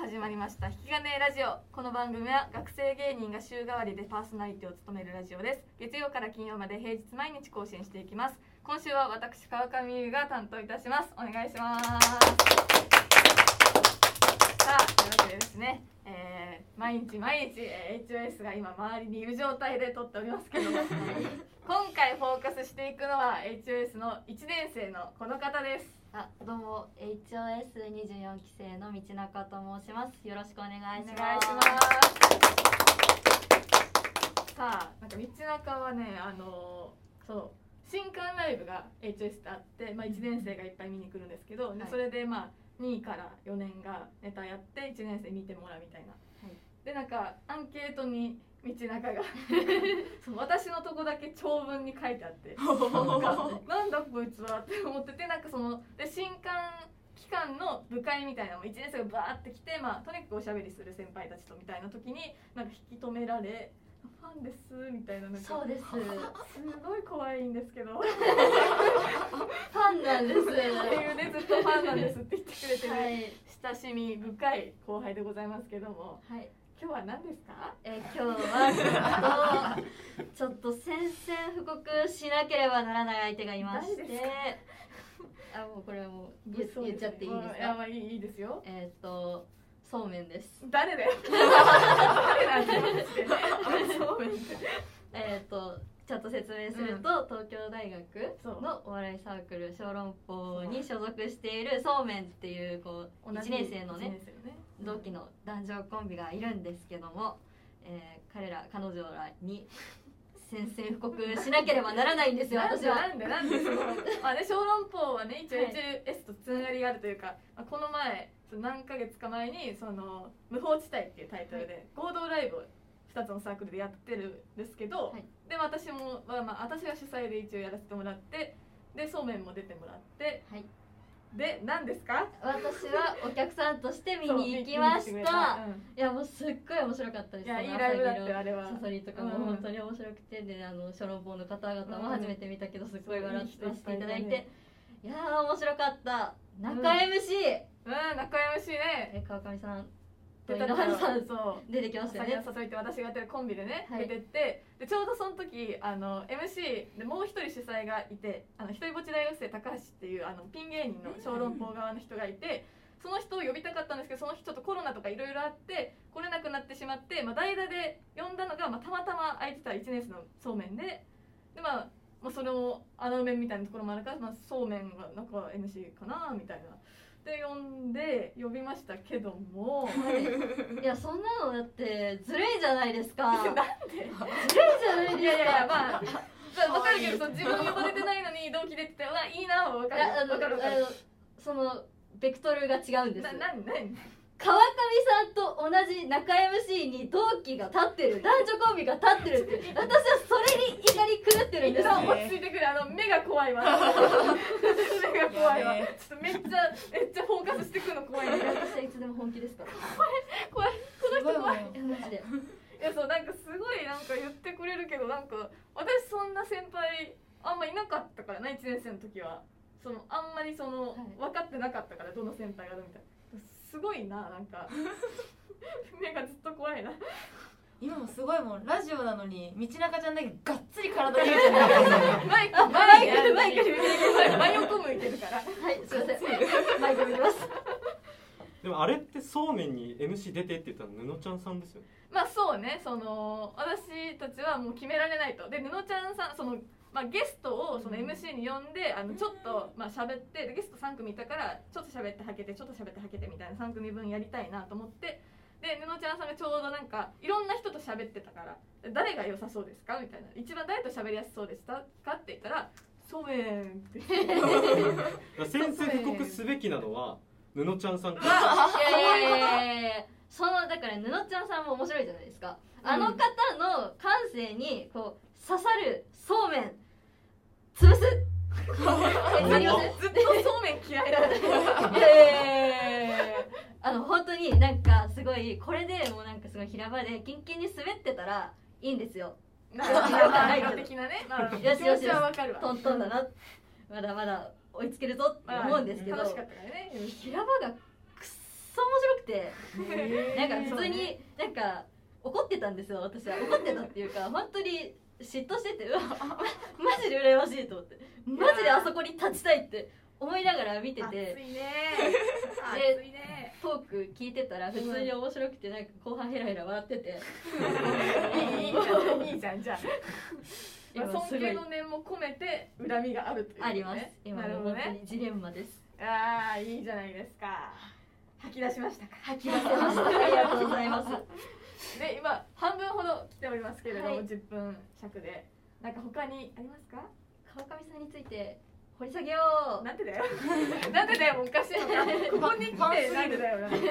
始まりました引き金ラジオこの番組は学生芸人が週替わりでパーソナリティを務めるラジオです月曜から金曜まで平日毎日更新していきます今週は私川上優が担当いたしますお願いしますさあというわけでですね、えー毎日毎日えー HOS が今周りにいる状態で撮っておりますけども今回フォーカスしていくのは HOS の1年生のこの方ですあ、どうも HOS24 期生の道中と申します。よろしくお願いします。さあなんか道中はねあのーそう新刊ライブが HOS ってあって、まあ、1年生がいっぱい見に来るんですけど、ではいそれでまあ2位から4年がネタやって1年生見てもらうみたいな、いでなんかアンケートに道中が そう私のとこだけ長文に書いてあってなんか なんだこいつはって思っててなんかそので新刊期間の部会みたいなのも1年生がバーって来て、まあ、とにかくおしゃべりする先輩たちとみたいな時になんか引き止められ「ファンです」みたいななんかそうです。フすごい怖いんです けどっァンなんです。ていうねずっとファンなんですって言ってくれてる、はい。親しみ深い後輩でございますけどもはい。今日は何ですかえー、今日はちょっとちょっと宣戦布告しなければならない相手がいまして誰で、あ、もうこれはもう言,、言っちゃっていいんですいやまか。あいいいいですよえーっと、そうめんです。誰だ よ誰なんてマジでそうめんってえー、とちゃんと説明すると、東京大そう学のお笑いサークル小籠包に所属しているそうめんっていうこう1年生の一ね年生の同期の男女コンビがいるんですけども、えー彼ら彼女らに宣戦布告しなければならないんですよなん私では。なんでなんでその まあね小籠包はね一応はい HLS とつながりがあるというか、まあこの前その何ヶ月か前にその無法地帯っていうタイトルで合同ライブを2つのサークルでやってるんですけど、はいで私もまあまあ私が主催で一応やらせてもらってでそうめんも出てもらってはい、で何ですか私はお客さんとして見そうに行きま見しに来てくれた。うんいやもうすっごい面白かったです。いやそのいいライブだっ朝て霧のあれはサソリとかもうん本当に面白くてであの小籠包の方々も初めて見たけどすごい笑ってそういい人いっぱていいいたたねだいていやー面白かったう中 MC、ん仲良しねえ川上さんと出井たノから原さんそう出てきましたよ先をね誘いって私がやってるコンビでね、はい出てってでちょうどその時あの MC でもう一人主催がいてあの一人ぼっち大学生高橋っていうあのピン芸人の小籠包側の人がいて。その人を呼びたかったんですけどその人とコロナとかいろいろあって来れなくなってしまって、まあ、代打で呼んだのが、まあ、たまたま空いてた1年生のそうめんでで、まあ、まあそれも穴埋めみたいなところもあるから、まあ、そうめんがなんか MC かなみたいなで呼んで呼びましたけど もはいいやそんなのだってずるいじゃないですかず なるんいでじゃないいでやすいやいやか まあ分かるけどその自分のこと出てないのに同期出ててうわいいなは分かいるやあの分かる分かあのそのベクトルが違うんでるなすなんなん川上さんと同じ中 MC に同期が立ってる男女コンビが立ってる って私はそれに怒り狂ってるん一です旦よ落ち着いてくる あの目が怖いわ目が怖いわちょっとめっちゃめっちゃフォーカスしてくるの怖いね私はいつでも本気ですからこの人怖いいやマジでいやそうなんかすごいなんか言ってくれるけどなんか私そんな先輩あんまいなかったからな1年生の時はそのあんまりその、はい分かってなかったからどの先輩がどうみたいなすごいななん か目がずっと怖いな今もすごいもうラジオなのに道中ちゃんだけがっつり体入れてるからマイク、マイク、マイクに向いてるから、真横向いてるから。はいすいませんマイク見ますでもあれってそうめんに MC 出てって言ったの布ちゃんさんですよねまあ、そうね、その、私たちはもう決められないと、で、布ちゃんさん、その。まあ、ゲストをその MC に呼んで、あのちょっとまあ喋ってでゲスト3組いたからちょっと喋ってはけてちょっと喋ってはけてみたいな3組分やりたいなと思ってで布ちゃんさんがちょうどなんかいろんな人と喋ってたからで誰が良さそうですかみたいな一番誰と喋りやすそうでしたかって言ったらそうめんって言ってだから先生布告すべきなのは布ちゃんさんうわかいやいやいやいやいやそのだから布ちゃんさんも面白いじゃないですかあの方の感性にこう刺さるそうめん潰 すえやりませんずっとそうめん嫌いだったいやいやいやいやあの本当になんかすごいこれでもうなんかすごい平場でキンキンに滑ってたらいいんですよなんかなんか的なね、まあ、よしよし気持ちはわかるわ。トントンだなまだまだ追いつけるぞって思うんですけど楽しかったからね。平場がくっそ面白くてななんか普通になんか怒ってたんですよ私は怒ってたっていうか本当に嫉妬しててうわまマジで羨ましいと思ってマジであそこに立ちたいって思いながら見てて熱いねで熱いねトーク聞いてたら普通に面白くてなんか後半ヘラヘラ笑ってていいいいじゃんいいじゃんじゃあ、今まあ、す尊ご敬いの念も込めて恨みがあるということあねります今なるのほど本当ねにジレンマですああいいじゃないですか吐き出しましたか吐き出せましたありがとうございますで今半分ほど来ておりますけれども、はい10分尺でなんか他にありますか川上さんについて掘り下げようなんでだよなんでだよもうおかしいの かここに来てなんでだよなんてい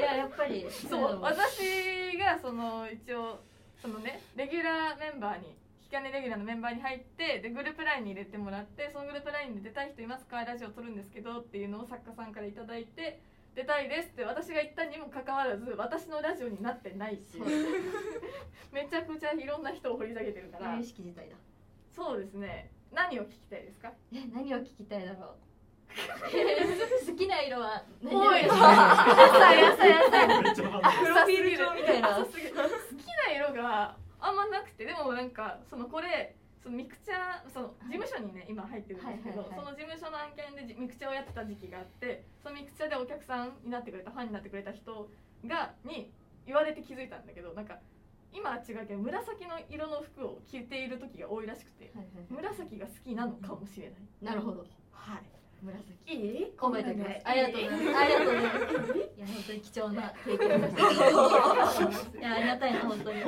ややっぱりそいうのも私がその一応そのねレギュラーメンバーに引き金レギュラーのメンバーに入ってでグループラインに入れてもらってそのグループラインで出たい人いますかラジオ撮るんですけどっていうのを作家さんから頂いただいて出たいですって私が言ったにもかかわらず私のラジオになってないしそう めちゃくちゃいろんな人を掘り下げてるから有識自体だそうですね何を聞きたいですかえ何を聞きたいだ ろう好きな色は何おい野菜野菜野菜めっちゃ話プロフィール帳みたいな浅好きな色があんまなくてでもなんかそのこれそのミクチャその事務所にね今入ってるんですけど、はいはいはいその事務所の案件でじミクチャをやってた時期があってそのミクチャでお客さんになってくれたファンになってくれた人がに言われて気づいたんだけどなんか今は違うけど紫の色の服を着ている時が多いらしくて紫が好きなのかもしれない。なるほどはい紫いい覚えておきますありがとうございますありがとうございますいや本当に貴重な経験でしす。たいやありがたいな本当に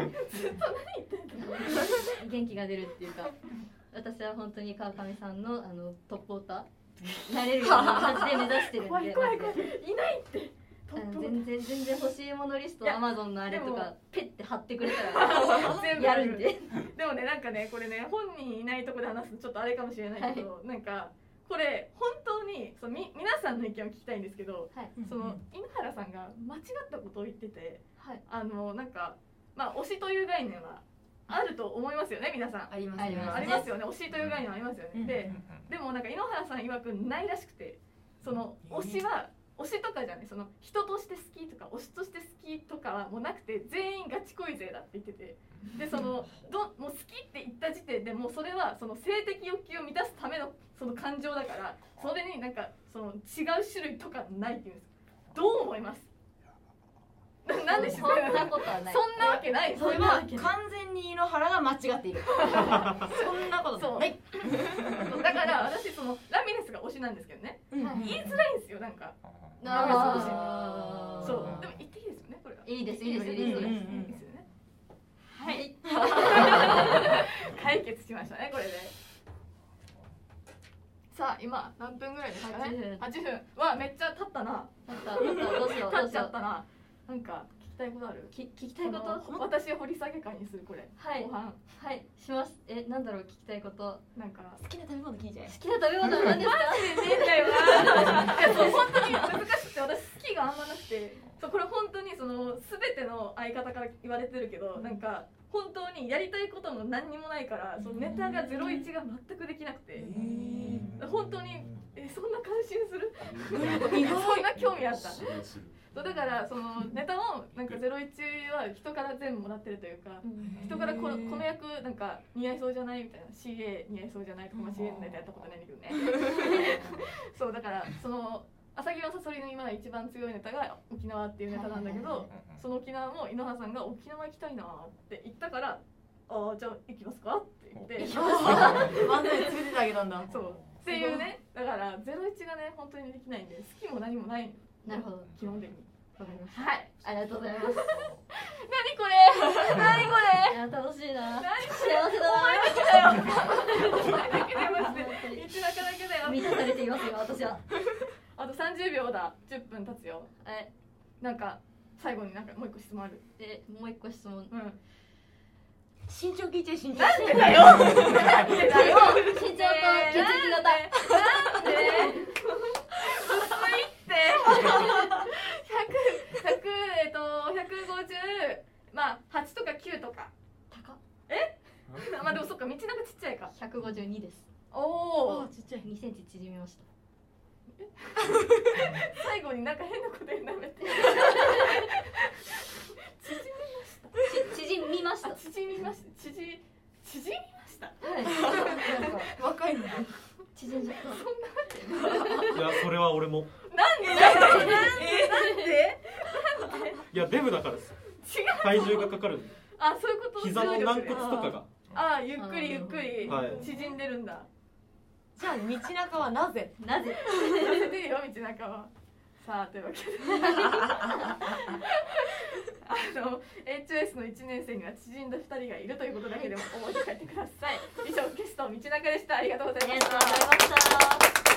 元気が出るっていうか私は本当に川上さんのあのトップオーターなれるような感じで目指してるんで怖い怖い怖いいないってトあップのを全然全然欲しいものリストいやアマゾンのあれとでかもペッて貼ってくれたら全部やるんででもねなんかねこれね本人いないとこで話すのちょっとあれかもしれないけど、なんかこれ本当にそのみ皆さんの意見を聞きたいんですけどはいその井ノ原さんが間違ったことを言っててはいあのなんかまあ推しという概念はあると思いますよね皆さん。ありますあありますよね推しという概念はありますよね。うんででもなんか井ノ原さん曰くないらしくてその推しは推しとかじゃないその人として好きとか推しとして好きとかはもうなくて全員ガチ恋勢だって言っててでそのどもう好きって言った時点でもうそれはその性的欲求を満たすためのその感情だからそれになんかその違う種類とかないっていうんですどう思いますなんでそ静んかななことはないそんなわけないそそれれはは完全に井ノ原が間違っているそんなことないだから私そのラミレスが推しなんですけどねうんはい言いづらいんですよなんかあーそうでも言っていいですよねこれはいいですいいですいいいいですようんうんねうんいいですよねはい 解決しましたねこれでさあ今何分ぐらいですかね8分はめっちゃ経ったなまたまたどうしよう経どっうしちゃよっうたななんか聞きたいことあるき聞きたいことこの私掘り下げ会にするこれはい後半はいしますえなんだろう聞きたいことなんか好きな食べ物聞いちゃえ好きな食べ物は何ですかねえんだよないやそう本当に難しくて私好きがあんまなくてそうこれ本当にその全ての相方から言われてるけどなんか本当にやりたいことも何にもないからそのネタが01が全くできなくて 本当に えそんな関心する そんな興味あったそうだからそのネタもなんか01は人から全部もらってるというか人からこのこの役なんか似合いそうじゃないみたいな CA 似合いそうじゃないとか、まあ、CA のネタやったことないんだけどねそうだからその朝霧のサソリの今一番強いネタが沖縄っていうネタなんだけどその沖縄も井ノ原さんが沖縄行きたいなって言ったからああじゃあ行きますかって言って漫才作っててあげたんだそうっていうねだからゼロ一がね本当にできないんで好きも何もないなるほど基本的にわかりましはいたありがとうございます何これ何これいや楽しいな何幸せだこなれだけでマジで道中だけだよ満たされていますよ私はあと30秒だ10分経つよえなんか最後になんかもう一個質問あるでもう一個質問うん身長聞いちゃえ身長なんでだよなんでだよ身長と血液型なんで薄いって100 100えっと150まあ8とか9とか高っ まあでもそっか道中ちっちゃいか152ですおおちっちゃい2センチ縮みました最後になんか変なこと言うのやめてち縮みましたあは縮みました縮縮みましたいなんか若いんだ縮んじゃっ いやそれは俺もなんでなんでなんでいやデブだからです違う体重がかかる あそういうこと膝の軟骨とあかがあゆっくりゆっくりはい縮んでるんだじゃあ道中はなぜたなぜ させてよ道中はさあというわけであの HOS の1年生には縮んだ2人がいるということだけでも思い出書いてください以上ゲスト道中でしたありがとうございましたありがとうございました